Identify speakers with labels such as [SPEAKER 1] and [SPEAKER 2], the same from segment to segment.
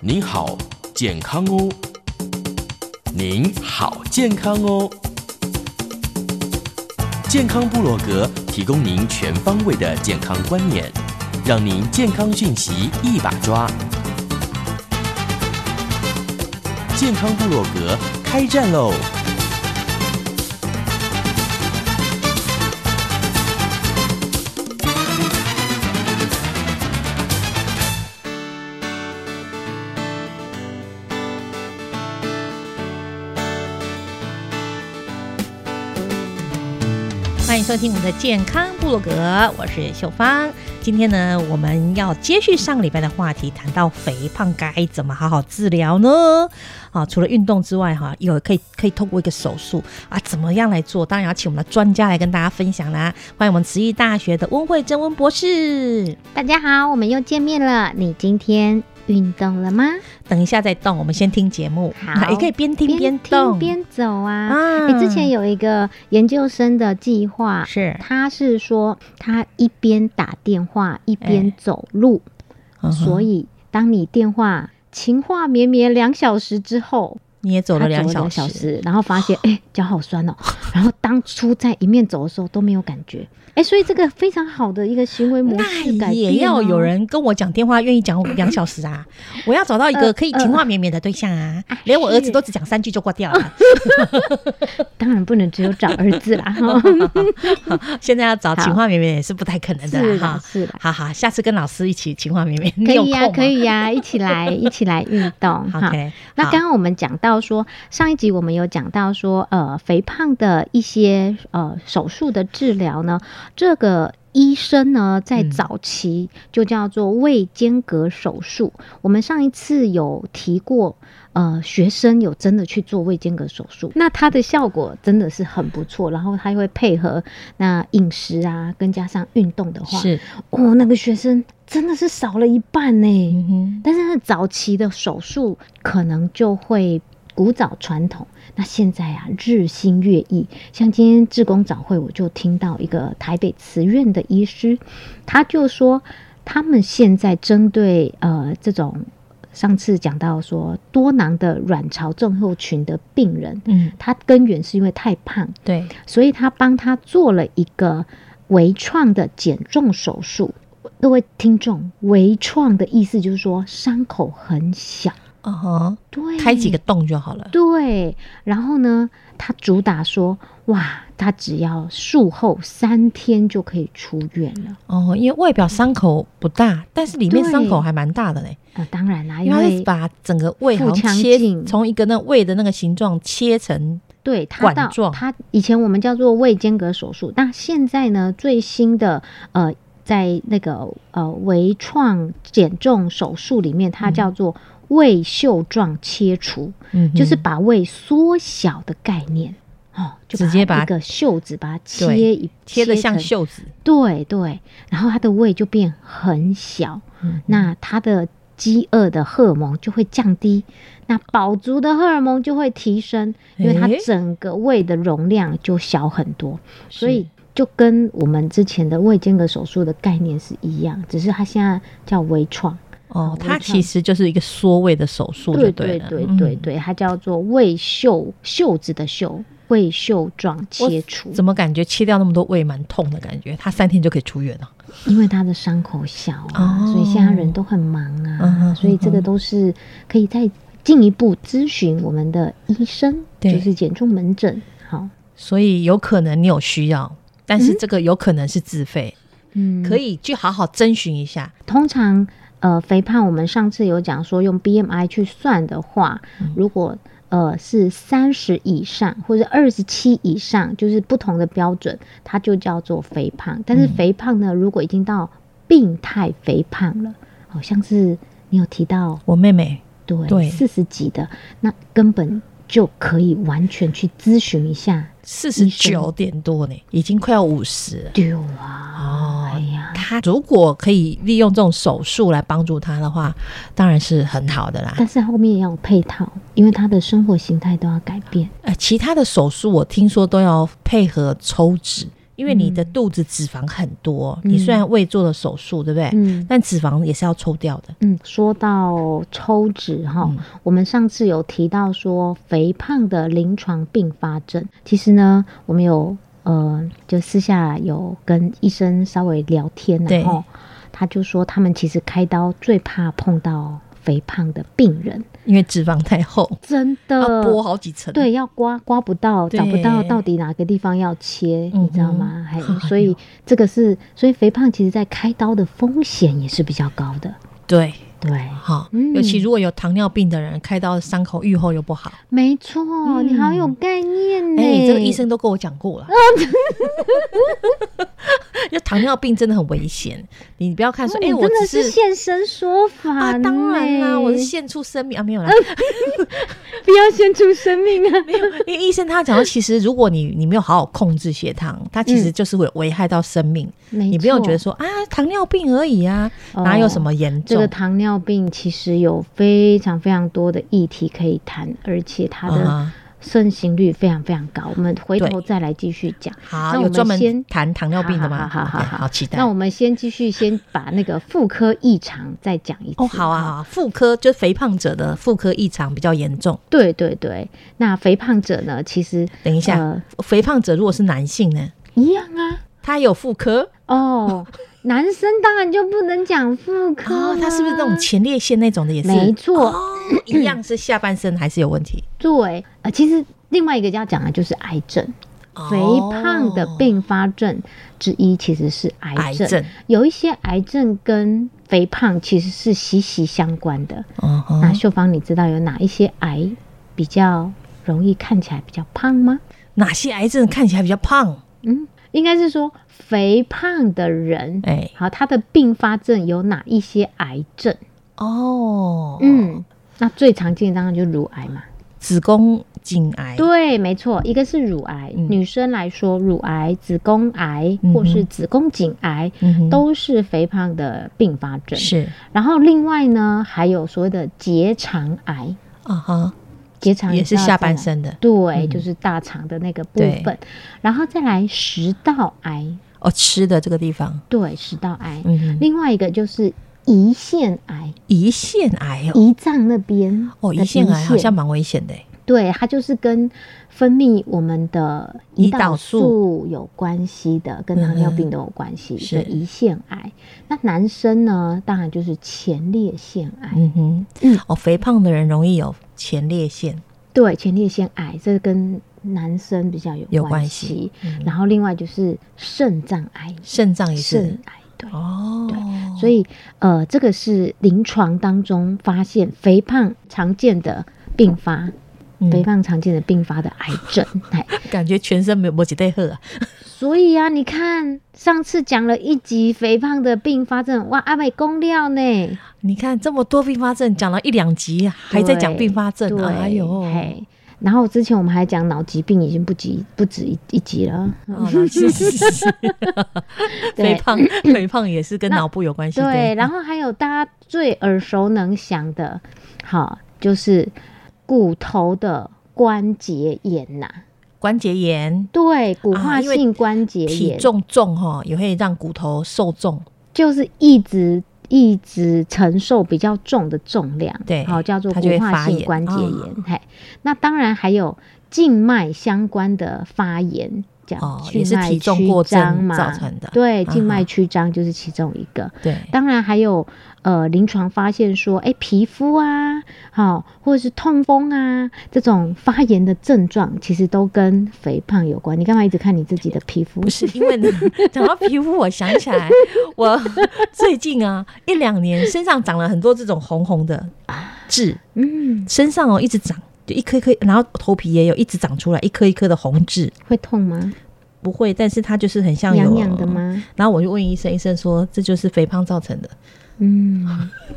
[SPEAKER 1] 您好，健康哦。您好，健康哦。健康部落格提供您全方位的健康观念，让您健康讯息一把抓。健康部落格开战喽！
[SPEAKER 2] 欢迎收听我们的健康部落格，我是秀芳。今天呢，我们要接续上个礼拜的话题，谈到肥胖该怎么好好治疗呢？啊，除了运动之外，哈、有可以可以通过一个手术啊，怎么样来做？当然要请我们的专家来跟大家分享啦。欢迎我们慈济大学的温慧珍温博士。
[SPEAKER 3] 大家好，我们又见面了。你今天运动了吗？
[SPEAKER 2] 等一下再动，我们先听节目，啊
[SPEAKER 3] 好
[SPEAKER 2] 也可以边听边动
[SPEAKER 3] 听边走啊。
[SPEAKER 2] 啊
[SPEAKER 3] 你、之前有一个研究生的计划，
[SPEAKER 2] 是
[SPEAKER 3] 他是说他一边打电话一边走路，
[SPEAKER 2] 嗯哼
[SPEAKER 3] 所以当你电话情话绵绵两小时之后，
[SPEAKER 2] 你也走
[SPEAKER 3] 他
[SPEAKER 2] 了两
[SPEAKER 3] 小
[SPEAKER 2] 小
[SPEAKER 3] 时，
[SPEAKER 2] 时，
[SPEAKER 3] 然后发 现哎、脚好酸哦，然后当初在一面走的时候都没有感觉，哎、所以这个非常好的一个行为模式改
[SPEAKER 2] 那
[SPEAKER 3] 变、啊
[SPEAKER 2] 也要有。人跟我讲电话，愿意讲两小时 啊！我要找到一个可以情话绵绵的对象啊！
[SPEAKER 3] 嗯
[SPEAKER 2] 连我儿子都只讲三句就挂掉 了。
[SPEAKER 3] 当然不能只有找儿 子啦，哈
[SPEAKER 2] 现在要找情话绵绵也是不太可能的
[SPEAKER 3] 是
[SPEAKER 2] 啦
[SPEAKER 3] 啦
[SPEAKER 2] 啊哈。
[SPEAKER 3] 是啦，
[SPEAKER 2] 好好，下次跟老师一起情话绵绵，
[SPEAKER 3] 可
[SPEAKER 2] 你有
[SPEAKER 3] 以呀、
[SPEAKER 2] 空吗
[SPEAKER 3] 可。以呀、一起来一起来运动哈。
[SPEAKER 2] OK，
[SPEAKER 3] 那
[SPEAKER 2] 好
[SPEAKER 3] 刚刚我们讲到说，上一集我们有讲到说，呃，肥胖的一些呃手术的治疗呢，这个医生呢在
[SPEAKER 2] 嗯
[SPEAKER 3] 早期就叫做胃间隔手术。我们上一次有提过，呃，学生有真的去做胃间隔手术，那它的效果真的是很不错，然后它会配合那饮食啊，跟加上运动的话，
[SPEAKER 2] 是，
[SPEAKER 3] 哦，那个学生真的是少了一半呢。
[SPEAKER 2] 嗯哼，
[SPEAKER 3] 但是早期的手术可能就会古早传统，那现在啊日新月异。像今天志工早会，我就听到一个台北慈院的医师，他就说他们现在针对呃这种上次讲到说多囊的卵巢症候群的病人，
[SPEAKER 2] 嗯，
[SPEAKER 3] 他根源是因为太胖，
[SPEAKER 2] 对，
[SPEAKER 3] 所以他帮他做了一个微创的减重手术。各位听众，微创的意思就是说伤口很小，
[SPEAKER 2] 哦吼，
[SPEAKER 3] 对，
[SPEAKER 2] 开几个洞就好了。
[SPEAKER 3] 对，然后呢，他主打说，哇，他只要术后三天就可以出院了。
[SPEAKER 2] 哦，因为外表伤口不大，但是里面
[SPEAKER 3] 对
[SPEAKER 2] 伤口还蛮大的嘞，
[SPEAKER 3] 呃，当然啦，
[SPEAKER 2] 因为
[SPEAKER 3] 因
[SPEAKER 2] 它
[SPEAKER 3] 为
[SPEAKER 2] 是把整个胃好
[SPEAKER 3] 腹
[SPEAKER 2] 像
[SPEAKER 3] 腔
[SPEAKER 2] 切，
[SPEAKER 3] 镜
[SPEAKER 2] 从一个那胃的那个形状切成
[SPEAKER 3] 对他
[SPEAKER 2] 管
[SPEAKER 3] 到
[SPEAKER 2] 状
[SPEAKER 3] 他以前我们叫做胃间隔手术，那现在呢，最新的呃，在那个呃微创减重手术里面，
[SPEAKER 2] 嗯
[SPEAKER 3] 它叫做胃袖状切除，
[SPEAKER 2] 嗯哼，
[SPEAKER 3] 就是把胃缩小的概念哦，就
[SPEAKER 2] 直接把
[SPEAKER 3] 一个袖子把它
[SPEAKER 2] 对
[SPEAKER 3] 切一
[SPEAKER 2] 切的像
[SPEAKER 3] 成
[SPEAKER 2] 袖子。
[SPEAKER 3] 对对，然后他的胃就变很小，
[SPEAKER 2] 嗯
[SPEAKER 3] 那他的饥饿的荷尔蒙就会降低，那饱足的荷尔蒙就会提升，因为它
[SPEAKER 2] 诶
[SPEAKER 3] 整个胃的容量就小很多，所以就跟我们之前的胃间隔手术的概念是一样，只是它现在叫微创，
[SPEAKER 2] 哦
[SPEAKER 3] 好，
[SPEAKER 2] 它
[SPEAKER 3] 微
[SPEAKER 2] 其
[SPEAKER 3] 创
[SPEAKER 2] 实就是一个缩胃的手术，嗯
[SPEAKER 3] 对
[SPEAKER 2] 对
[SPEAKER 3] 对
[SPEAKER 2] 了
[SPEAKER 3] 对对，对，它叫做胃袖袖子的袖，胃袖状切除。
[SPEAKER 2] 怎么感觉切掉那么多胃蛮痛的感觉？他三天就可以出院了。
[SPEAKER 3] 因为他的伤口小啊，
[SPEAKER 2] 哦
[SPEAKER 3] 所以现在人都很忙啊，
[SPEAKER 2] 嗯哼
[SPEAKER 3] 所以这个都是可以再进一步咨询我们的医生，
[SPEAKER 2] 对
[SPEAKER 3] 就是减重门诊。好，
[SPEAKER 2] 所以有可能你有需要，但是这个有可能是自费，
[SPEAKER 3] 嗯
[SPEAKER 2] 可以去好好征询一下。
[SPEAKER 3] 通常呃，肥胖我们上次有讲说，用 BMI 去算的话，
[SPEAKER 2] 嗯
[SPEAKER 3] 如果呃是三十以上或者二十七以上，就是不同的标准，它就叫做肥胖。但
[SPEAKER 2] 嗯
[SPEAKER 3] 是肥胖呢，如果已经到病态肥胖了，好像是你有提到
[SPEAKER 2] 我妹妹，对
[SPEAKER 3] 对四十几的，那根本就可以完全去咨询一下。
[SPEAKER 2] 四十九点多呢，已经快要五十了。
[SPEAKER 3] 对啊，
[SPEAKER 2] 哦
[SPEAKER 3] 哎呀，
[SPEAKER 2] 他如果可以利用这种手术来帮助他的话，当然是很好的啦。
[SPEAKER 3] 但是后面也要有配套，因为他的生活形态都要改变。
[SPEAKER 2] 呃，其他的手术我听说都要配合抽脂，因为你的
[SPEAKER 3] 嗯
[SPEAKER 2] 肚子脂肪很多，你虽然胃做了手术，对不对？
[SPEAKER 3] 嗯，
[SPEAKER 2] 但脂肪也是要抽掉的。
[SPEAKER 3] 嗯，说到抽脂哈，
[SPEAKER 2] 嗯
[SPEAKER 3] 我们上次有提到说肥胖的临床并发症，其实呢，我们有呃，就私下有跟医生稍微聊天
[SPEAKER 2] 对
[SPEAKER 3] 然后他就说他们其实开刀最怕碰到肥胖的病人，啊
[SPEAKER 2] 因为脂肪太厚，
[SPEAKER 3] 真
[SPEAKER 2] 要
[SPEAKER 3] 的
[SPEAKER 2] 剥好几层。
[SPEAKER 3] 呃对，要刮刮不到，
[SPEAKER 2] 对
[SPEAKER 3] 找不到到底哪个地方要切，
[SPEAKER 2] 嗯哼
[SPEAKER 3] 你知道吗？还
[SPEAKER 2] 哎 呦
[SPEAKER 3] 所以这个是，所以肥胖其实在开刀的风险也是比较高的，
[SPEAKER 2] 对，
[SPEAKER 3] 对。
[SPEAKER 2] 好、
[SPEAKER 3] 嗯
[SPEAKER 2] 尤其如果有糖尿病的人，开刀伤口愈后又不好。
[SPEAKER 3] 没错，你好有概念呢、
[SPEAKER 2] 哎、这个医
[SPEAKER 3] 哦
[SPEAKER 2] 生都跟我讲 过了。就糖尿病真的很危险，你不要看说，
[SPEAKER 3] 哦
[SPEAKER 2] 哎、
[SPEAKER 3] 你
[SPEAKER 2] 我
[SPEAKER 3] 真的
[SPEAKER 2] 只
[SPEAKER 3] 是现身说法呢、
[SPEAKER 2] 啊，当然
[SPEAKER 3] 欸
[SPEAKER 2] 啦，我是献出生命啊，没有啦，
[SPEAKER 3] 不要献出生命 啊！
[SPEAKER 2] 因为医生他
[SPEAKER 3] 嗯
[SPEAKER 2] 讲说，其实如果你你没有好好控制血糖，它其实就是会危害到生命。你
[SPEAKER 3] 你
[SPEAKER 2] 不要觉得说啊，糖尿病而已啊，
[SPEAKER 3] 哦
[SPEAKER 2] 哪有什么严
[SPEAKER 3] 这
[SPEAKER 2] 重？
[SPEAKER 3] 个糖尿病其实有非常非常多的议题可以谈，而且它的
[SPEAKER 2] 啊
[SPEAKER 3] 盛行率非常非常高。我们回头
[SPEAKER 2] 对
[SPEAKER 3] 再来继续讲。
[SPEAKER 2] 哈好，
[SPEAKER 3] 那我
[SPEAKER 2] 有
[SPEAKER 3] 们
[SPEAKER 2] 专门
[SPEAKER 3] 先
[SPEAKER 2] 谈糖尿病的吗？
[SPEAKER 3] 好好好
[SPEAKER 2] OK，
[SPEAKER 3] 好
[SPEAKER 2] 好期待
[SPEAKER 3] 那。我们先继续，先把那个妇科异常再讲一次。
[SPEAKER 2] 哦，好啊，好啊，妇科就肥胖者的妇科异常比较严重。
[SPEAKER 3] 对对对，那肥胖者呢，其实
[SPEAKER 2] 等一下，
[SPEAKER 3] 呃
[SPEAKER 2] 肥胖者如果是男性呢，
[SPEAKER 3] 一样啊。
[SPEAKER 2] 他有妇科
[SPEAKER 3] 哦，男生当然就不能讲妇科
[SPEAKER 2] 啊、
[SPEAKER 3] 啦
[SPEAKER 2] 他是不是那种前列腺那种的也是？
[SPEAKER 3] 没错
[SPEAKER 2] 哦，一样是下半身还是有问题？
[SPEAKER 3] 对，呃，其实另外一个要讲的就是癌症，肥胖的
[SPEAKER 2] 哦
[SPEAKER 3] 并发症之一其实是癌
[SPEAKER 2] 癌
[SPEAKER 3] 症，
[SPEAKER 2] 症，
[SPEAKER 3] 有一些癌症跟肥胖其实是息息相关的。
[SPEAKER 2] 嗯哼
[SPEAKER 3] 那秀芳，你知道有哪一些癌比较容易看起来比较胖吗？
[SPEAKER 2] 哪些癌症看起来比较胖？
[SPEAKER 3] 嗯，应该是说肥胖的人，
[SPEAKER 2] 哎，
[SPEAKER 3] 好，他的并发症有哪一些癌症？
[SPEAKER 2] 哦，，
[SPEAKER 3] 嗯，那最常见的当然就是乳癌嘛。
[SPEAKER 2] 子宫颈癌，
[SPEAKER 3] 对，没错，一个是乳癌，
[SPEAKER 2] 嗯
[SPEAKER 3] 女生来说，乳癌、子宫癌
[SPEAKER 2] 嗯哼
[SPEAKER 3] 或是子宫颈癌、
[SPEAKER 2] 嗯哼
[SPEAKER 3] 都是肥胖的并发症。，
[SPEAKER 2] 是
[SPEAKER 3] 然后另外呢，还有所谓的结肠癌，
[SPEAKER 2] 啊哈，
[SPEAKER 3] 结肠
[SPEAKER 2] 也是
[SPEAKER 3] 你知道
[SPEAKER 2] 下
[SPEAKER 3] 在哪
[SPEAKER 2] 半。身的
[SPEAKER 3] 对，
[SPEAKER 2] 嗯
[SPEAKER 3] 就是大肠的那个部
[SPEAKER 2] 对
[SPEAKER 3] 分，然后再来食道癌，
[SPEAKER 2] 哦，吃的这个地方，
[SPEAKER 3] 对，食道癌。
[SPEAKER 2] 嗯哼，
[SPEAKER 3] 另外一个就是胰腺癌，
[SPEAKER 2] 胰腺癌哦，
[SPEAKER 3] 胰脏嗯那边
[SPEAKER 2] 哦，
[SPEAKER 3] 的
[SPEAKER 2] 胰腺癌好像蛮危险的欸耶，
[SPEAKER 3] 对，它就是跟分泌我们的
[SPEAKER 2] 胰
[SPEAKER 3] 胰
[SPEAKER 2] 岛
[SPEAKER 3] 岛
[SPEAKER 2] 素嗯
[SPEAKER 3] 素有关系的，跟糖尿病都有关系，
[SPEAKER 2] 是
[SPEAKER 3] 所以胰腺癌。那男生呢，当然就是前列腺癌，
[SPEAKER 2] 嗯哼，
[SPEAKER 3] 嗯
[SPEAKER 2] 哦，肥胖的人容易有前列腺，
[SPEAKER 3] 对，前列腺癌这跟男生比较有
[SPEAKER 2] 有关
[SPEAKER 3] 关
[SPEAKER 2] 系嗯
[SPEAKER 3] 然后另外就是肾脏癌，
[SPEAKER 2] 肾脏也是
[SPEAKER 3] 肾，癌对。
[SPEAKER 2] 哦，
[SPEAKER 3] 对，所以呃，这个是临床当中发现肥胖常见的并发，
[SPEAKER 2] 嗯
[SPEAKER 3] 肥胖常见的并发的癌症。 哎
[SPEAKER 2] 感觉全身没有没几对喝啊，
[SPEAKER 3] 所以啊，你看上次讲了一集肥胖的并发症，哇，阿美公料呢，
[SPEAKER 2] 你看这么多并发症，讲了一两集，啊还在讲并发症
[SPEAKER 3] 对，
[SPEAKER 2] 啊，哎呦，
[SPEAKER 3] 嘿。然后之前我们还讲脑疾病已经不及不止一一集了，嗯
[SPEAKER 2] 哦，那是是是 是肥
[SPEAKER 3] 对
[SPEAKER 2] 胖，肥胖也是跟脑部有关系的。
[SPEAKER 3] 对，然后还有大家最耳熟能详的，好就是骨头的关节炎呐、
[SPEAKER 2] 关节炎、
[SPEAKER 3] 对，骨
[SPEAKER 2] 啊
[SPEAKER 3] 化
[SPEAKER 2] 因为
[SPEAKER 3] 性关节
[SPEAKER 2] 体
[SPEAKER 3] 炎，
[SPEAKER 2] 重重哈，也会让骨头受重。
[SPEAKER 3] 就是一直一直承受比较重的重量，
[SPEAKER 2] 对
[SPEAKER 3] 好、叫做
[SPEAKER 2] 它
[SPEAKER 3] 骨
[SPEAKER 2] 就会
[SPEAKER 3] 化
[SPEAKER 2] 发炎
[SPEAKER 3] 性关节
[SPEAKER 2] 哦
[SPEAKER 3] 炎。嘿，那当然还有静脉相关的发炎。这样
[SPEAKER 2] 哦
[SPEAKER 3] 静
[SPEAKER 2] 也是
[SPEAKER 3] 脉
[SPEAKER 2] 体重
[SPEAKER 3] 曲
[SPEAKER 2] 过重
[SPEAKER 3] 张嘛
[SPEAKER 2] 造成的
[SPEAKER 3] 对，
[SPEAKER 2] 嗯
[SPEAKER 3] 静脉
[SPEAKER 2] 哼
[SPEAKER 3] 曲张就是其中一个。
[SPEAKER 2] 对，
[SPEAKER 3] 当然还有呃，临床发现说，哎，皮肤啊，好、或者是痛风啊，这种发炎的症状，其实都跟肥胖有关。你干嘛一直看你自己的皮肤？
[SPEAKER 2] 不是因为呢， 讲到皮肤，我想起来， 我最近啊一两年身上长了很多这种红红的痣，
[SPEAKER 3] 嗯，
[SPEAKER 2] 身上哦一直长，就一颗一颗，然后头皮也有一直长出来一颗一颗的红痣，
[SPEAKER 3] 会痛吗？
[SPEAKER 2] 不会，但是它就是很像有啊
[SPEAKER 3] 痒痒的？吗？
[SPEAKER 2] 然后我就问医生，医生说这就是肥胖造成的
[SPEAKER 3] 嗯，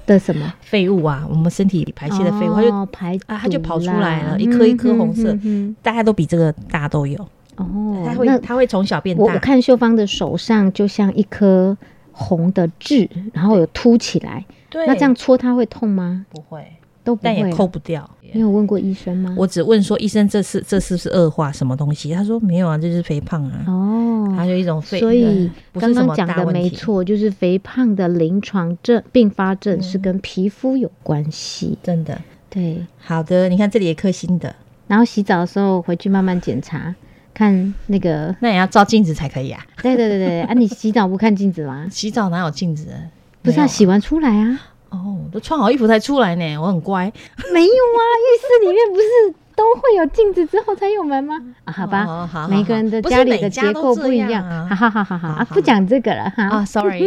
[SPEAKER 3] 的 什么？
[SPEAKER 2] 废物啊，我们身体排泄的废物，它就
[SPEAKER 3] 哦排
[SPEAKER 2] 啊它就
[SPEAKER 3] 毒
[SPEAKER 2] 跑出来
[SPEAKER 3] 啦
[SPEAKER 2] 了，一颗一颗红色
[SPEAKER 3] 嗯，哼
[SPEAKER 2] 大家都比这个大都有，
[SPEAKER 3] 哼哼
[SPEAKER 2] 它
[SPEAKER 3] 哦，那
[SPEAKER 2] 会它会从小变
[SPEAKER 3] 我我
[SPEAKER 2] 大，
[SPEAKER 3] 看秀芳的手上就像一颗红的痣，然后有凸起来。
[SPEAKER 2] 对
[SPEAKER 3] 那这样搓它会痛吗？
[SPEAKER 2] 不会，
[SPEAKER 3] 都不会
[SPEAKER 2] 但
[SPEAKER 3] 啊。
[SPEAKER 2] 也扣不掉。
[SPEAKER 3] 你有问过医生吗？
[SPEAKER 2] 我只问说医生这是这是不是恶化什么东西？他说没有啊，这就是肥胖啊，还
[SPEAKER 3] 哦，
[SPEAKER 2] 有一种肺，
[SPEAKER 3] 所以
[SPEAKER 2] 不
[SPEAKER 3] 刚
[SPEAKER 2] 是什
[SPEAKER 3] 刚
[SPEAKER 2] 么
[SPEAKER 3] 讲
[SPEAKER 2] 大
[SPEAKER 3] 的
[SPEAKER 2] 问
[SPEAKER 3] 没
[SPEAKER 2] 题。
[SPEAKER 3] 错，就是肥胖的临床症并发症是
[SPEAKER 2] 嗯
[SPEAKER 3] 跟皮肤有关系。
[SPEAKER 2] 真的
[SPEAKER 3] 对，
[SPEAKER 2] 好的，你看这里也颗心的，
[SPEAKER 3] 然后洗澡的时候回去慢慢检查，看那个。
[SPEAKER 2] 那也要照镜子才可以啊。
[SPEAKER 3] 对对对对，啊，你洗澡不看镜子吗？
[SPEAKER 2] 洗澡哪有啊镜子啊？
[SPEAKER 3] 不是
[SPEAKER 2] 没
[SPEAKER 3] 啊，
[SPEAKER 2] 有
[SPEAKER 3] 洗完出来 啊，
[SPEAKER 2] 哦，都穿好衣服才出来呢，我很乖。
[SPEAKER 3] 没有啊，浴室里面不是都会有镜子之后才有门吗？啊，好吧，
[SPEAKER 2] 哦好好
[SPEAKER 3] 每个人的
[SPEAKER 2] 好不是
[SPEAKER 3] 家里
[SPEAKER 2] 每
[SPEAKER 3] 的
[SPEAKER 2] 家
[SPEAKER 3] 结
[SPEAKER 2] 都
[SPEAKER 3] 构
[SPEAKER 2] 这
[SPEAKER 3] 不一
[SPEAKER 2] 样
[SPEAKER 3] 样，
[SPEAKER 2] 啊
[SPEAKER 3] 好好好好好，
[SPEAKER 2] 好
[SPEAKER 3] 啊
[SPEAKER 2] 好
[SPEAKER 3] 不讲这个了哈。
[SPEAKER 2] 啊，sorry，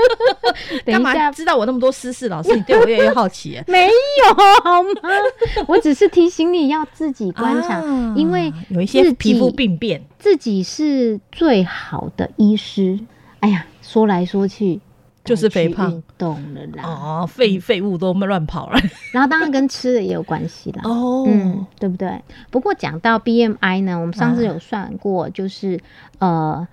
[SPEAKER 3] 等
[SPEAKER 2] 干
[SPEAKER 3] 一
[SPEAKER 2] 嘛
[SPEAKER 3] 下。
[SPEAKER 2] 知道我那么多私事？老师，你对我越来越好奇啊耶
[SPEAKER 3] 没有好吗？ 我只是提醒你要自己观察，
[SPEAKER 2] 啊
[SPEAKER 3] 因为
[SPEAKER 2] 有一些
[SPEAKER 3] 自己
[SPEAKER 2] 皮肤病变，
[SPEAKER 3] 自己是最好的医师。哎呀，说来说去
[SPEAKER 2] 就是肥
[SPEAKER 3] 该去
[SPEAKER 2] 胖
[SPEAKER 3] 运动了啦。
[SPEAKER 2] 哦，废废物都乱跑 了。
[SPEAKER 3] 然后当然跟吃的也有关系啦。
[SPEAKER 2] 哦
[SPEAKER 3] 嗯，对不对？不过讲到 BMI 呢，我们上次
[SPEAKER 2] 啊
[SPEAKER 3] 有算过，就是、呃，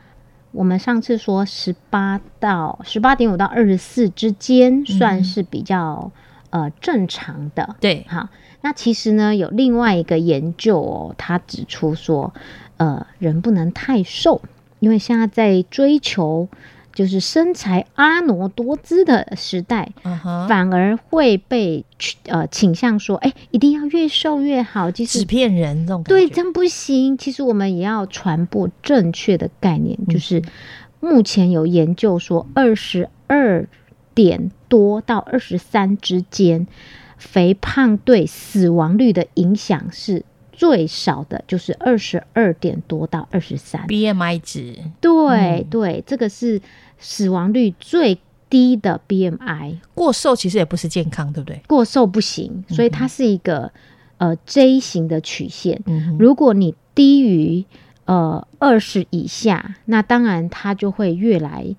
[SPEAKER 3] 我们上次说十八到十八点五到二十四之间算是比较、呃正常的。
[SPEAKER 2] 对，
[SPEAKER 3] 好，那其实呢，有另外一个研究哦，他指出说，呃，人不能太瘦，因为现在在追求就是身材婀娜多姿的时代，
[SPEAKER 2] 嗯哼，
[SPEAKER 3] 反而会被去呃倾向说，哎、一定要越瘦越好，其
[SPEAKER 2] 纸
[SPEAKER 3] 实。
[SPEAKER 2] 片人这种感
[SPEAKER 3] 对，
[SPEAKER 2] 觉
[SPEAKER 3] 这样不行。其实我们也要传播正确的概念，
[SPEAKER 2] 嗯
[SPEAKER 3] 就是目前有研究说，二十二点多到二十三之间，肥胖对死亡率的影响是最少的，就是二十二点多到二十三。
[SPEAKER 2] BMI 值
[SPEAKER 3] 对、
[SPEAKER 2] 嗯
[SPEAKER 3] 对，这个是死亡率最低的 BMI。
[SPEAKER 2] 过瘦其实也不是健康，对不对？
[SPEAKER 3] 过瘦不
[SPEAKER 2] 嗯
[SPEAKER 3] 行，所以它是一个、呃 J 型的曲线。
[SPEAKER 2] 嗯
[SPEAKER 3] 如果你低于呃二十以下，那当然它就会越来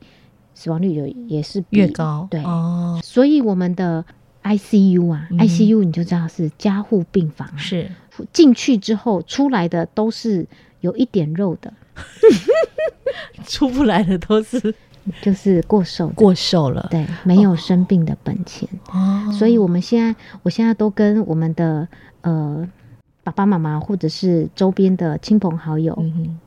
[SPEAKER 3] 死亡率有也是比
[SPEAKER 2] 越高
[SPEAKER 3] 对，
[SPEAKER 2] 哦，
[SPEAKER 3] 所以我们的 ICU 啊、
[SPEAKER 2] 嗯
[SPEAKER 3] i c u 你就知道是加护病 房、啊，
[SPEAKER 2] 是
[SPEAKER 3] 进去之后出来的都是有一点肉的，
[SPEAKER 2] 出不来的都是
[SPEAKER 3] 就是过瘦的
[SPEAKER 2] 过哦瘦了
[SPEAKER 3] 对，没有生病的本钱。
[SPEAKER 2] 哦
[SPEAKER 3] 所以我们现在，我现在都跟我们的呃爸爸妈妈或者是周边的亲朋好友，
[SPEAKER 2] 嗯哼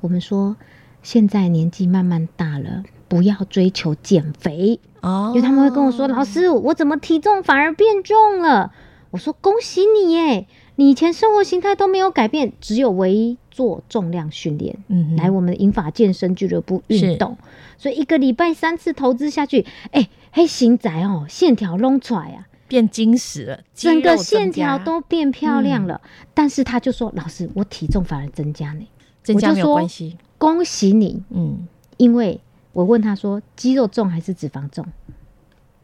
[SPEAKER 3] 我们说，现在年纪慢慢大了。不要追求减肥，
[SPEAKER 2] 哦，
[SPEAKER 3] 因为他们会跟我说：“老师，我怎么体重反而变重了？”我说：“恭喜你耶，你以前生活形态都没有改变，只有唯一做重量训练。”
[SPEAKER 2] 嗯哼
[SPEAKER 3] 来我们的英法健身俱乐部运动，所以一个礼拜三次投资下去，哎、黑型仔哦，线条弄出来啊，
[SPEAKER 2] 变精实了，肌
[SPEAKER 3] 整个
[SPEAKER 2] 肉增嗯
[SPEAKER 3] 线条
[SPEAKER 2] 加
[SPEAKER 3] 都变漂亮了。但是他就说，老师，我体重反而增加呢，
[SPEAKER 2] 增
[SPEAKER 3] 我
[SPEAKER 2] 加
[SPEAKER 3] 就
[SPEAKER 2] 没有
[SPEAKER 3] 说
[SPEAKER 2] 关系，
[SPEAKER 3] 恭喜你，
[SPEAKER 2] 嗯，
[SPEAKER 3] 因为我问他说，肌肉重还是脂肪重？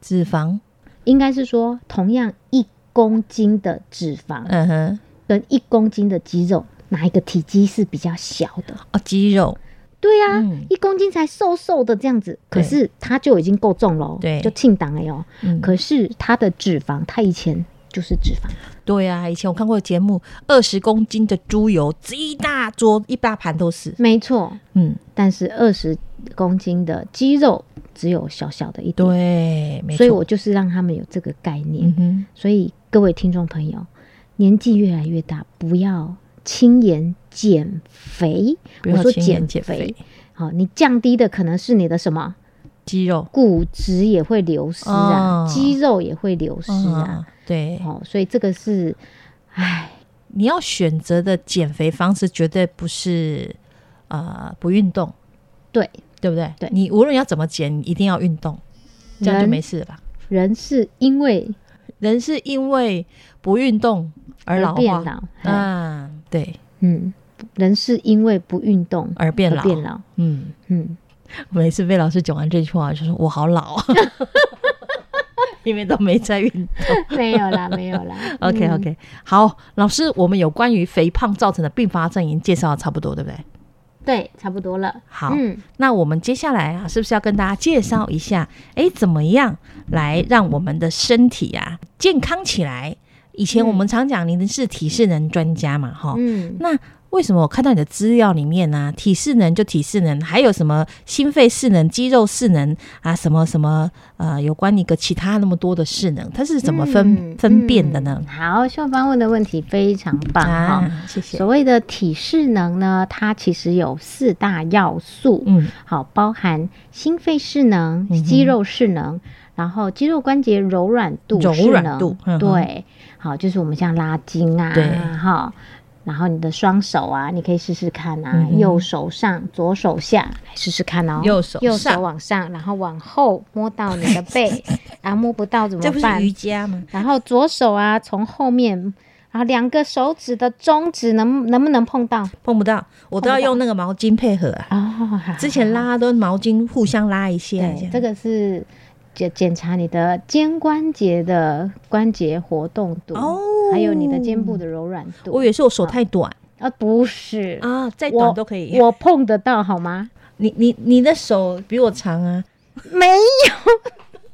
[SPEAKER 2] 脂肪，
[SPEAKER 3] 应该是说，同样一公斤的脂肪
[SPEAKER 2] 嗯哼，
[SPEAKER 3] 跟一公斤的肌肉，哪一个体积是比较小的？
[SPEAKER 2] 哦，肌肉，
[SPEAKER 3] 对呀、
[SPEAKER 2] 嗯
[SPEAKER 3] 一公斤才瘦瘦的这样子，可
[SPEAKER 2] 对
[SPEAKER 3] 是它就已经够重喽，
[SPEAKER 2] 对
[SPEAKER 3] 就庆档哎呦。
[SPEAKER 2] 嗯，
[SPEAKER 3] 可是它的脂肪，它以前就是脂肪，
[SPEAKER 2] 对啊，以前我看过节目，二十公斤的猪油，这一大桌一大盘都是，
[SPEAKER 3] 没错。
[SPEAKER 2] 嗯，
[SPEAKER 3] 但是二十公斤的肌肉只有小小的一点，
[SPEAKER 2] 对，没错，
[SPEAKER 3] 所以我就是让他们有这个概念。
[SPEAKER 2] 嗯哼，
[SPEAKER 3] 所以各位听众朋友，年纪越来越大，不要轻言减肥。
[SPEAKER 2] 不要
[SPEAKER 3] 我说
[SPEAKER 2] 轻言减
[SPEAKER 3] 减
[SPEAKER 2] 肥，
[SPEAKER 3] 好，你降低的可能是你的什么？
[SPEAKER 2] 肌肉
[SPEAKER 3] 骨质也会流失啊，
[SPEAKER 2] 哦
[SPEAKER 3] 肌肉也会流失啊。
[SPEAKER 2] 嗯对，
[SPEAKER 3] 哦，所以这个是，唉，
[SPEAKER 2] 你要选择的减肥方式绝对不是呃不运动，
[SPEAKER 3] 对，
[SPEAKER 2] 对不对？
[SPEAKER 3] 对
[SPEAKER 2] 你无论要怎么减，你一定要运动，这样就
[SPEAKER 3] 人
[SPEAKER 2] 没事了吧？
[SPEAKER 3] 人是因为
[SPEAKER 2] 人是因为不运动而老
[SPEAKER 3] 变
[SPEAKER 2] 化，
[SPEAKER 3] 老，嗯
[SPEAKER 2] 啊，对，
[SPEAKER 3] 嗯，人是因为不运动
[SPEAKER 2] 而变
[SPEAKER 3] 而
[SPEAKER 2] 老，
[SPEAKER 3] 变老，
[SPEAKER 2] 嗯，
[SPEAKER 3] 嗯，
[SPEAKER 2] 我每次被老师讲完这句话，就说我好老，啊因为都没在运
[SPEAKER 3] 嗯
[SPEAKER 2] 动。
[SPEAKER 3] 没有啦，没有啦
[SPEAKER 2] OK
[SPEAKER 3] 嗯
[SPEAKER 2] OK，、好，老师，我们有关于肥胖造成的并发症已经介绍的差不多，对不对？
[SPEAKER 3] 对，差不多了，
[SPEAKER 2] 好，
[SPEAKER 3] 嗯，
[SPEAKER 2] 那我们接下来啊，是不是要跟大家介绍一下？哎，怎么样来让我们的身体啊健康起来？以前我们常讲您是体适能专家嘛，哈、
[SPEAKER 3] 嗯，
[SPEAKER 2] 哦那为什么我看到你的资料里面呢、体适能就体适能，还有什么心肺适能、肌肉适能啊，什么什么呃，有关一个其他那么多的适能，它是怎么分、
[SPEAKER 3] 嗯
[SPEAKER 2] 分辨的呢
[SPEAKER 3] 嗯？好，秀芳问的问题非常棒哈、
[SPEAKER 2] 啊，谢谢
[SPEAKER 3] 所。谓的体适能呢，它其实有四大要素，
[SPEAKER 2] 嗯
[SPEAKER 3] 好，包含心肺势能
[SPEAKER 2] 嗯哼、
[SPEAKER 3] 肌肉势能，然后肌肉关节柔软度、
[SPEAKER 2] 柔
[SPEAKER 3] 势
[SPEAKER 2] 软
[SPEAKER 3] 能
[SPEAKER 2] 度嗯哼
[SPEAKER 3] 对，好，就是我们像拉筋啊，
[SPEAKER 2] 对
[SPEAKER 3] 哈。然后你的双手啊，你可以试试看啊，
[SPEAKER 2] 嗯哼
[SPEAKER 3] 右手上，左手下，来试试看哦。
[SPEAKER 2] 右手
[SPEAKER 3] 右
[SPEAKER 2] 上
[SPEAKER 3] 手往上，然后往后摸到你的 背，然后摸不到怎么
[SPEAKER 2] 这
[SPEAKER 3] 办？
[SPEAKER 2] 不是瑜伽吗？
[SPEAKER 3] 然后左手啊，从后面，然后两个手指的中指能能不能碰到？
[SPEAKER 2] 碰不到，我都要用那个毛巾配合啊。
[SPEAKER 3] 哦，好
[SPEAKER 2] 之前拉都毛巾互相拉一下，
[SPEAKER 3] 对，这
[SPEAKER 2] 个
[SPEAKER 3] 个是检检查你的肩关节的关节活动度，
[SPEAKER 2] 哦，
[SPEAKER 3] 还有你的肩部的柔软度。
[SPEAKER 2] 我以为是我手太短
[SPEAKER 3] 啊，不是，
[SPEAKER 2] 啊，再
[SPEAKER 3] 我
[SPEAKER 2] 短都可以。
[SPEAKER 3] 我碰得到 好吗？
[SPEAKER 2] 你你你的手比我长啊，
[SPEAKER 3] 没有，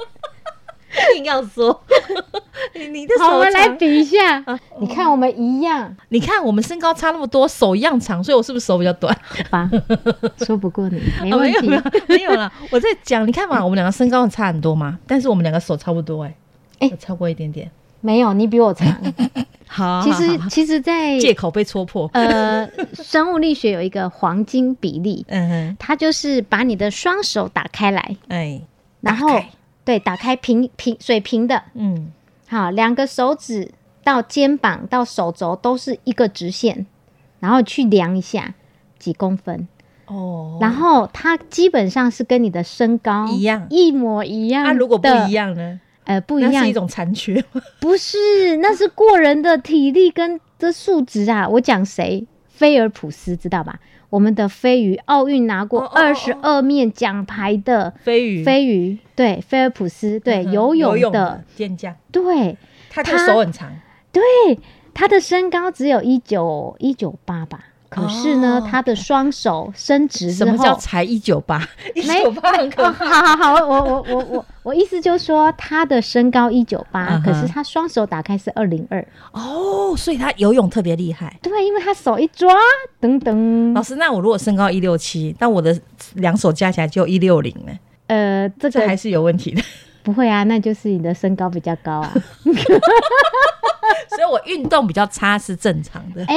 [SPEAKER 2] 硬要说 你你的
[SPEAKER 3] 好，
[SPEAKER 2] 手
[SPEAKER 3] 我们来
[SPEAKER 2] 长。
[SPEAKER 3] 比一下，你看我们一样，
[SPEAKER 2] 你看我们身高差那么多，手一样长，所以我是不是手比较短？
[SPEAKER 3] 好吧？说不过你， 没
[SPEAKER 2] 啊
[SPEAKER 3] 问
[SPEAKER 2] 有
[SPEAKER 3] 题
[SPEAKER 2] 没。有没有了，我在讲，你看嘛，我们两个身高差很多嘛，但是我们两个手差不多哎、
[SPEAKER 3] 哎
[SPEAKER 2] 有超过一点点。
[SPEAKER 3] 没有，你比我 长。
[SPEAKER 2] 好，
[SPEAKER 3] 其
[SPEAKER 2] 好好
[SPEAKER 3] 实，
[SPEAKER 2] 好
[SPEAKER 3] 其实，在
[SPEAKER 2] 借口被戳破。
[SPEAKER 3] 呃，生物力学有一个黄金比例，
[SPEAKER 2] 嗯哼，
[SPEAKER 3] 它就是把你的双手打开来，
[SPEAKER 2] 哎，
[SPEAKER 3] 然
[SPEAKER 2] 打
[SPEAKER 3] 后
[SPEAKER 2] 开
[SPEAKER 3] 对，打开平平水平的，
[SPEAKER 2] 嗯，
[SPEAKER 3] 好，两个手指到肩膀到手肘都是一个直线，然后去量一下几公分，
[SPEAKER 2] 哦，
[SPEAKER 3] 然后它基本上是跟你的身高
[SPEAKER 2] 一样
[SPEAKER 3] 一模一样
[SPEAKER 2] 那、
[SPEAKER 3] 嗯的。
[SPEAKER 2] 啊如果不一，样呢？
[SPEAKER 3] 呃，不一
[SPEAKER 2] 那
[SPEAKER 3] 样
[SPEAKER 2] 是一，种残缺。
[SPEAKER 3] 不是，那是过人的体力跟的数值啊！我讲谁？菲尔普斯知道吧？我们的飞鱼，奥运拿过
[SPEAKER 2] 哦哦哦
[SPEAKER 3] 二十二面奖牌的
[SPEAKER 2] 飞鱼，
[SPEAKER 3] 飞鱼，对，菲尔普斯，对，
[SPEAKER 2] 嗯
[SPEAKER 3] 游
[SPEAKER 2] 游
[SPEAKER 3] 泳的
[SPEAKER 2] 的，健将，
[SPEAKER 3] 对，
[SPEAKER 2] 他就
[SPEAKER 3] 他
[SPEAKER 2] 手很长，
[SPEAKER 3] 对，他的身高只有一九一九八吧，可是呢，
[SPEAKER 2] 哦
[SPEAKER 3] 他的双手伸直
[SPEAKER 2] 什
[SPEAKER 3] 之后，
[SPEAKER 2] 么叫才一九八？一
[SPEAKER 3] 没
[SPEAKER 2] 九八很可
[SPEAKER 3] 哦，
[SPEAKER 2] 怕。
[SPEAKER 3] 好好好，我我我我我我意思就是说，他的身高一九八，
[SPEAKER 2] 嗯哼
[SPEAKER 3] 可是他双手打开是二零二，
[SPEAKER 2] 哦，所以他游泳特别厉害。
[SPEAKER 3] 对，因为他手一抓，等等
[SPEAKER 2] 老，师，那我如果身高一六七，但我的两手加起来就一六零呢，
[SPEAKER 3] 呃，这
[SPEAKER 2] 这还
[SPEAKER 3] 个
[SPEAKER 2] 是有问题 的。
[SPEAKER 3] 不会啊，那就是你的身高比较 高啊，
[SPEAKER 2] 所以我运动比较差是正常的。
[SPEAKER 3] 哎。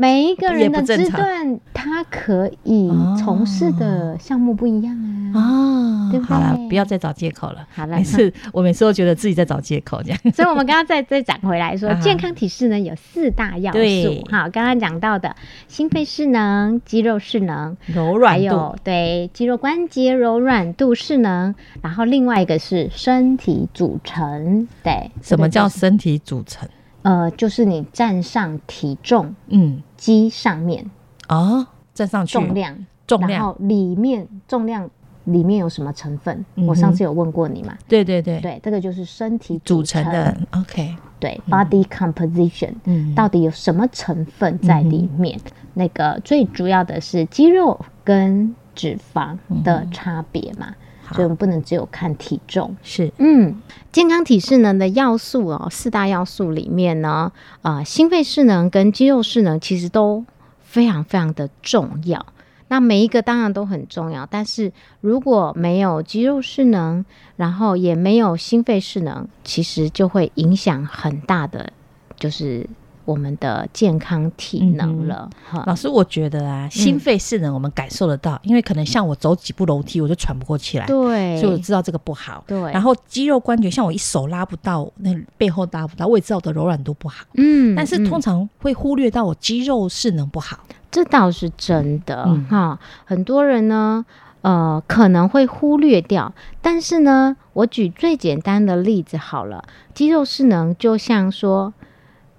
[SPEAKER 3] 每一个
[SPEAKER 2] 也
[SPEAKER 3] 人
[SPEAKER 2] 不
[SPEAKER 3] 的
[SPEAKER 2] 正
[SPEAKER 3] 肢
[SPEAKER 2] 常
[SPEAKER 3] 段，他可以
[SPEAKER 2] 哦
[SPEAKER 3] 从事的项目不一样啊。
[SPEAKER 2] 哦
[SPEAKER 3] 对不对
[SPEAKER 2] 好了，不要再找借口了。
[SPEAKER 3] 好了
[SPEAKER 2] 每次我每次都觉得自己在找借口 这样。
[SPEAKER 3] 所以，我们刚刚再再讲回来说
[SPEAKER 2] 啊，哈
[SPEAKER 3] 健康体适能有四大要
[SPEAKER 2] 对
[SPEAKER 3] 素。好，刚刚讲到的心肺势能、肌肉势能，
[SPEAKER 2] 柔
[SPEAKER 3] 还
[SPEAKER 2] 软度
[SPEAKER 3] 有对肌肉关节柔软度势能，然后另外一个是身体组成。对，
[SPEAKER 2] 什么
[SPEAKER 3] 这
[SPEAKER 2] 叫
[SPEAKER 3] 个就是
[SPEAKER 2] 身体组成？
[SPEAKER 3] 呃，就是你站上体重
[SPEAKER 2] 嗯，
[SPEAKER 3] 机上面
[SPEAKER 2] 哦，站上去
[SPEAKER 3] 重量，
[SPEAKER 2] 重
[SPEAKER 3] 然
[SPEAKER 2] 量，
[SPEAKER 3] 后里面重量里面有什么成分？
[SPEAKER 2] 嗯哼
[SPEAKER 3] 我上次有问过你嘛？
[SPEAKER 2] 对对对，
[SPEAKER 3] 对，这个就是身体
[SPEAKER 2] 组
[SPEAKER 3] 成
[SPEAKER 2] 成的。OK，
[SPEAKER 3] 对 body composition。
[SPEAKER 2] 嗯，
[SPEAKER 3] 到底有什么成分在里面？那个最主要的是肌肉跟脂肪的差别嘛，所以我们不能只有看体重。
[SPEAKER 2] 是
[SPEAKER 3] 嗯，健康体适能的要素哦，四大要素里面呢，啊，心肺势能跟肌肉势能其实都非常非常的重要。那每一个当然都很重要，但是如果没有肌肉势能，然后也没有心肺势能，其实就会影响很大的，就是我们的健康体能了。哈、
[SPEAKER 2] 嗯老师，我觉得啊，心肺势能我们感受得到，因为可能像我走几步楼梯我就喘不过气来，
[SPEAKER 3] 对，
[SPEAKER 2] 所以我知道这个不好。
[SPEAKER 3] 对，
[SPEAKER 2] 然后肌肉关节，像我一手拉不到，那背后拉不到，我也知道我的柔软度不好，
[SPEAKER 3] 嗯，
[SPEAKER 2] 但是
[SPEAKER 3] 嗯
[SPEAKER 2] 通常会忽略到我肌肉势能不好。
[SPEAKER 3] 这倒是真的
[SPEAKER 2] 嗯
[SPEAKER 3] 哈、很多人呢，呃，可能会忽略掉。但是呢，我举最简单的例子好了，肌肉势能就像说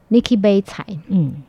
[SPEAKER 3] Nike 杯彩
[SPEAKER 2] 嗯，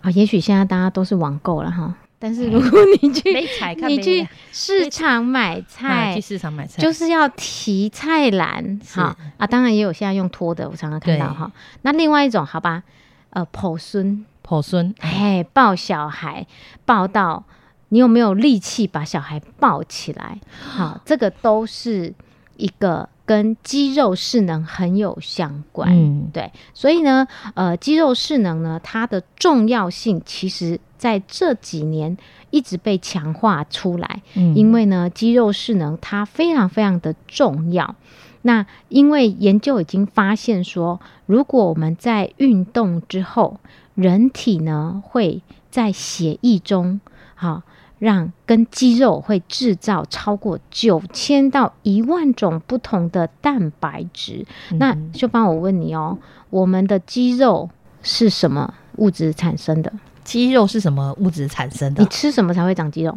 [SPEAKER 3] 啊，也许现在大家都是网购了哈，但是如果你去、
[SPEAKER 2] 没踩哎看
[SPEAKER 3] 你去
[SPEAKER 2] 没
[SPEAKER 3] 市场买
[SPEAKER 2] 啊
[SPEAKER 3] 菜
[SPEAKER 2] 去。市场买菜，
[SPEAKER 3] 就是要提菜篮
[SPEAKER 2] 是
[SPEAKER 3] 哈啊，当然也有现在用拖的，我常常看到
[SPEAKER 2] 对
[SPEAKER 3] 哈。那另外一种，好吧，呃，剖孙，
[SPEAKER 2] 婆孙，
[SPEAKER 3] 哎，抱小孩抱到你有没有力气把小孩抱起来？好，这个都是一个跟肌肉势能很有相关。
[SPEAKER 2] 嗯
[SPEAKER 3] 对，所以呢，呃，肌肉势能呢，它的重要性其实在这几年一直被强化出来。
[SPEAKER 2] 嗯
[SPEAKER 3] 因为呢，肌肉势能它非常非常的重要。那因为研究已经发现说，如果我们在运动之后，人体呢会在血液中，好、让跟肌肉会制造超过九千到一万种不同的蛋白质。那
[SPEAKER 2] 嗯
[SPEAKER 3] 秀芳，我问你哦，我们的肌肉是什么物质产生的？
[SPEAKER 2] 肌肉是什么物质产生
[SPEAKER 3] 你
[SPEAKER 2] 的？
[SPEAKER 3] 吃什么才会长肌肉？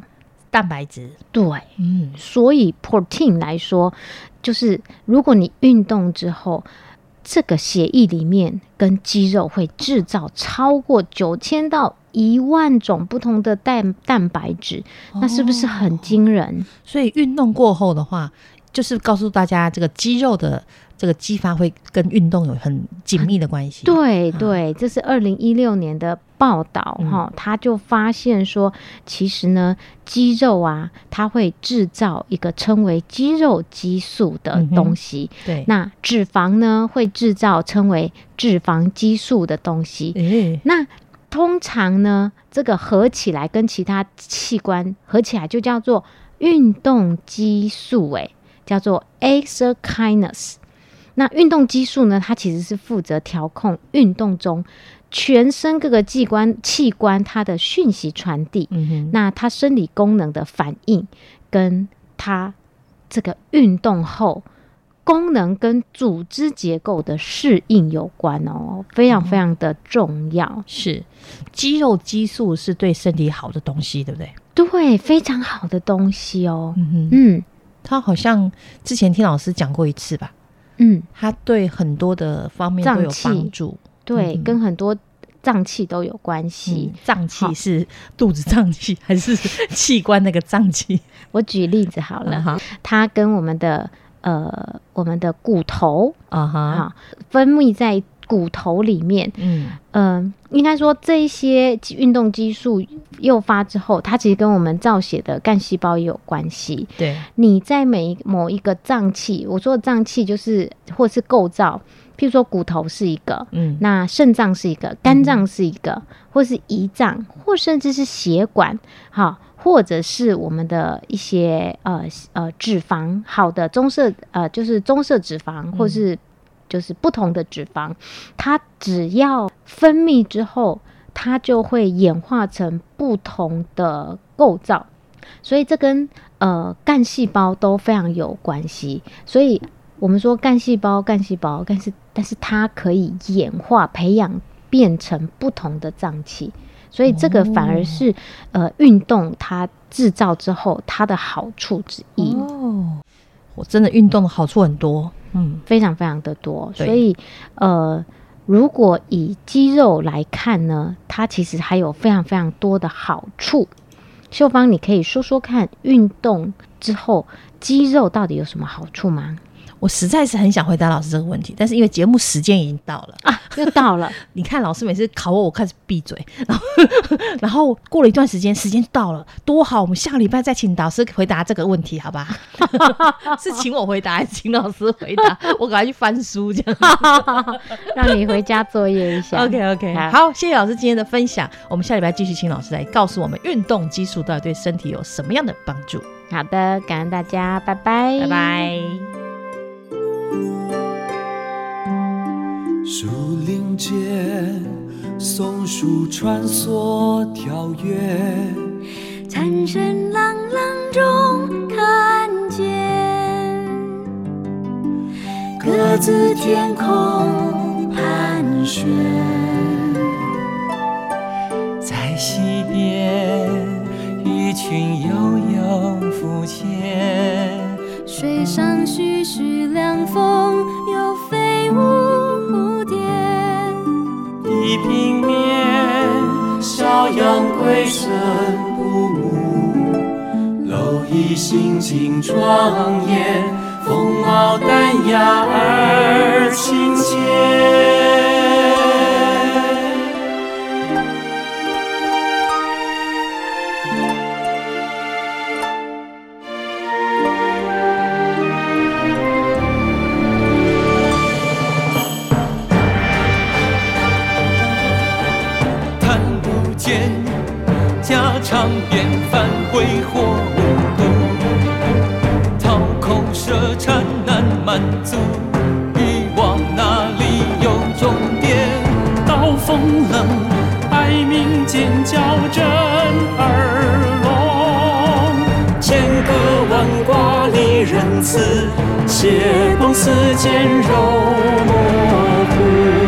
[SPEAKER 2] 蛋白质。
[SPEAKER 3] 对。
[SPEAKER 2] 嗯，
[SPEAKER 3] 所以 protein 来说，就是如果你运动之后，这个血液里面跟肌肉会制造超过九千到一万种不同的蛋蛋白质，那是不是很惊人？
[SPEAKER 2] 所以运动过后的话，就是告诉大家这个肌肉的这个激发会跟运动有很紧密的关系。，
[SPEAKER 3] 对对，这是二零一六年的报道
[SPEAKER 2] 嗯
[SPEAKER 3] 哈、他就发现说，其实呢，肌肉啊，它会制造一个称为肌肉激素的
[SPEAKER 2] 嗯哼
[SPEAKER 3] 东西。
[SPEAKER 2] 对，
[SPEAKER 3] 那脂肪呢，会制造称为脂肪激素的东西。
[SPEAKER 2] 诶
[SPEAKER 3] 那通常呢，这个合起来跟其他器官合起来就叫做运动激素、诶，叫做 exokinase。那运动激素呢，它其实是负责调控运动中全身各个器官器官它的讯息传递。
[SPEAKER 2] 嗯哼，
[SPEAKER 3] 那它生理功能的反应，跟它这个运动后功能跟组织结构的适应有关哦，非常非常的重要。
[SPEAKER 2] 是肌肉激素是对身体好的东西，对不对？
[SPEAKER 3] 对，非常好的东西哦。
[SPEAKER 2] 嗯哼，
[SPEAKER 3] 嗯
[SPEAKER 2] 他好像之前听老师讲过一次吧，
[SPEAKER 3] 嗯，
[SPEAKER 2] 他对很多的方面都有
[SPEAKER 3] 脏器
[SPEAKER 2] 帮助。
[SPEAKER 3] 对，
[SPEAKER 2] 嗯
[SPEAKER 3] 跟很多脏器都有关系
[SPEAKER 2] 嗯。脏器
[SPEAKER 3] 好
[SPEAKER 2] 是肚子胀气 还是器官那个胀气？
[SPEAKER 3] 我举例子好了，
[SPEAKER 2] 啊哈
[SPEAKER 3] 它跟我们的呃我们的骨头
[SPEAKER 2] 啊哈，
[SPEAKER 3] 啊分泌在骨头里面，
[SPEAKER 2] 嗯
[SPEAKER 3] 嗯，应该说这一些运动激素诱发之后，它其实跟我们造血的干细胞也有关系。
[SPEAKER 2] 对，
[SPEAKER 3] 你在每一某一个脏器，我说的脏器就是或是构造，譬如说骨头是一个，
[SPEAKER 2] 嗯
[SPEAKER 3] 那肾脏是一个，肝脏是一个，或是胰脏，或甚至是血管，好，或者是我们的一些呃呃脂肪，好的棕色呃就是棕色脂肪，或是就是不同的脂肪，它只要分泌之后，它就会演化成不同的构造，所以这跟呃干细胞都非常有关系，所以我们说干细胞，干细胞，但是但是它可以演化培养变成不同的脏器，所以这个反而是、呃运动它制造之后它的好处之一，
[SPEAKER 2] 哦，我真的运动的好处很多。嗯，
[SPEAKER 3] 非常非常的多。
[SPEAKER 2] 对
[SPEAKER 3] 所以呃，如果以肌肉来看呢，它其实还有非常非常多的好处。秀芳，你可以说说看，运动之后肌肉到底有什么好处吗？
[SPEAKER 2] 我实在是很想回答老师这个问题，但是因为节目时间已经到了，
[SPEAKER 3] 啊，又到了，
[SPEAKER 2] 你看老师每次考我，我开始闭嘴， 然后然后过了一段时间，时间到了，多好，我们下个礼拜再请导师回答这个问题，好吧？ 是请我回答，还是请老师回 答？我赶快去翻书这样。
[SPEAKER 3] 让你回家作业一下。
[SPEAKER 2] OK OK，好，谢谢老师今天的分享，我们下礼拜继续请老师来告诉我们运动激素到底对身体有什么样的帮助。
[SPEAKER 3] 好的，感恩大家，拜拜，
[SPEAKER 2] 拜拜。
[SPEAKER 4] 树林间，松树穿梭跳跃，
[SPEAKER 5] 蝉声朗朗中看见
[SPEAKER 4] 各自天空盘旋，在西边鱼群悠悠浮现，
[SPEAKER 5] 水上徐徐凉风又飞舞蝴蝶，
[SPEAKER 4] 地平面小羊归身不母，蝼蚁心情庄严，风貌淡雅而亲切。场边返挥霍无度，掏口舌禅难满足，欲望哪里有终点？
[SPEAKER 6] 刀锋冷，哀鸣尖叫震耳聋，
[SPEAKER 4] 千个万剐里仁慈，血崩四溅肉模糊。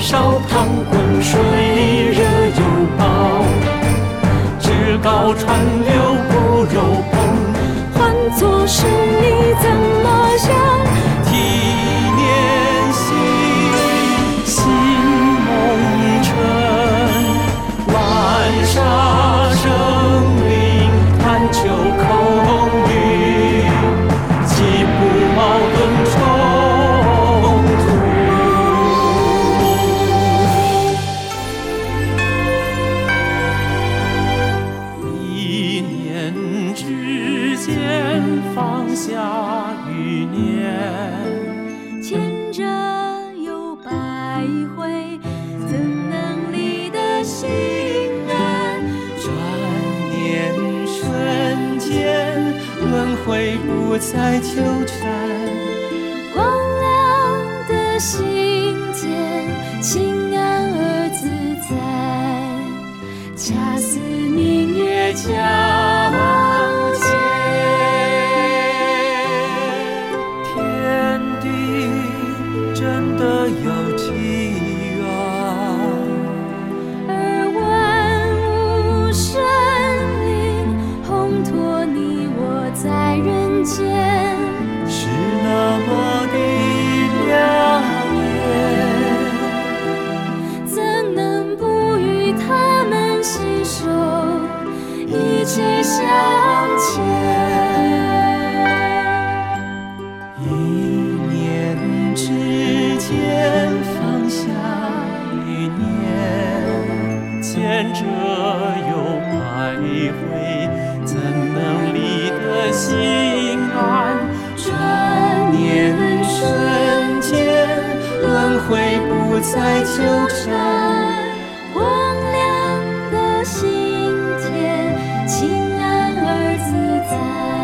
[SPEAKER 4] 烧汤滚水热又煲，至高川流不肉崩，
[SPEAKER 5] 换作是你怎么想？
[SPEAKER 4] 体念心，
[SPEAKER 6] 心梦沉，
[SPEAKER 4] 万沙生灵，探求空余，既不矛盾冲。放下余念，
[SPEAKER 5] 牵着又百回，怎能离得心安？
[SPEAKER 4] 转念瞬间，轮回不再纠缠。
[SPEAKER 5] 光亮的心间，心安而自在，恰似明月皎。
[SPEAKER 4] 在纠缠，
[SPEAKER 5] 光亮的心田，清安而自在。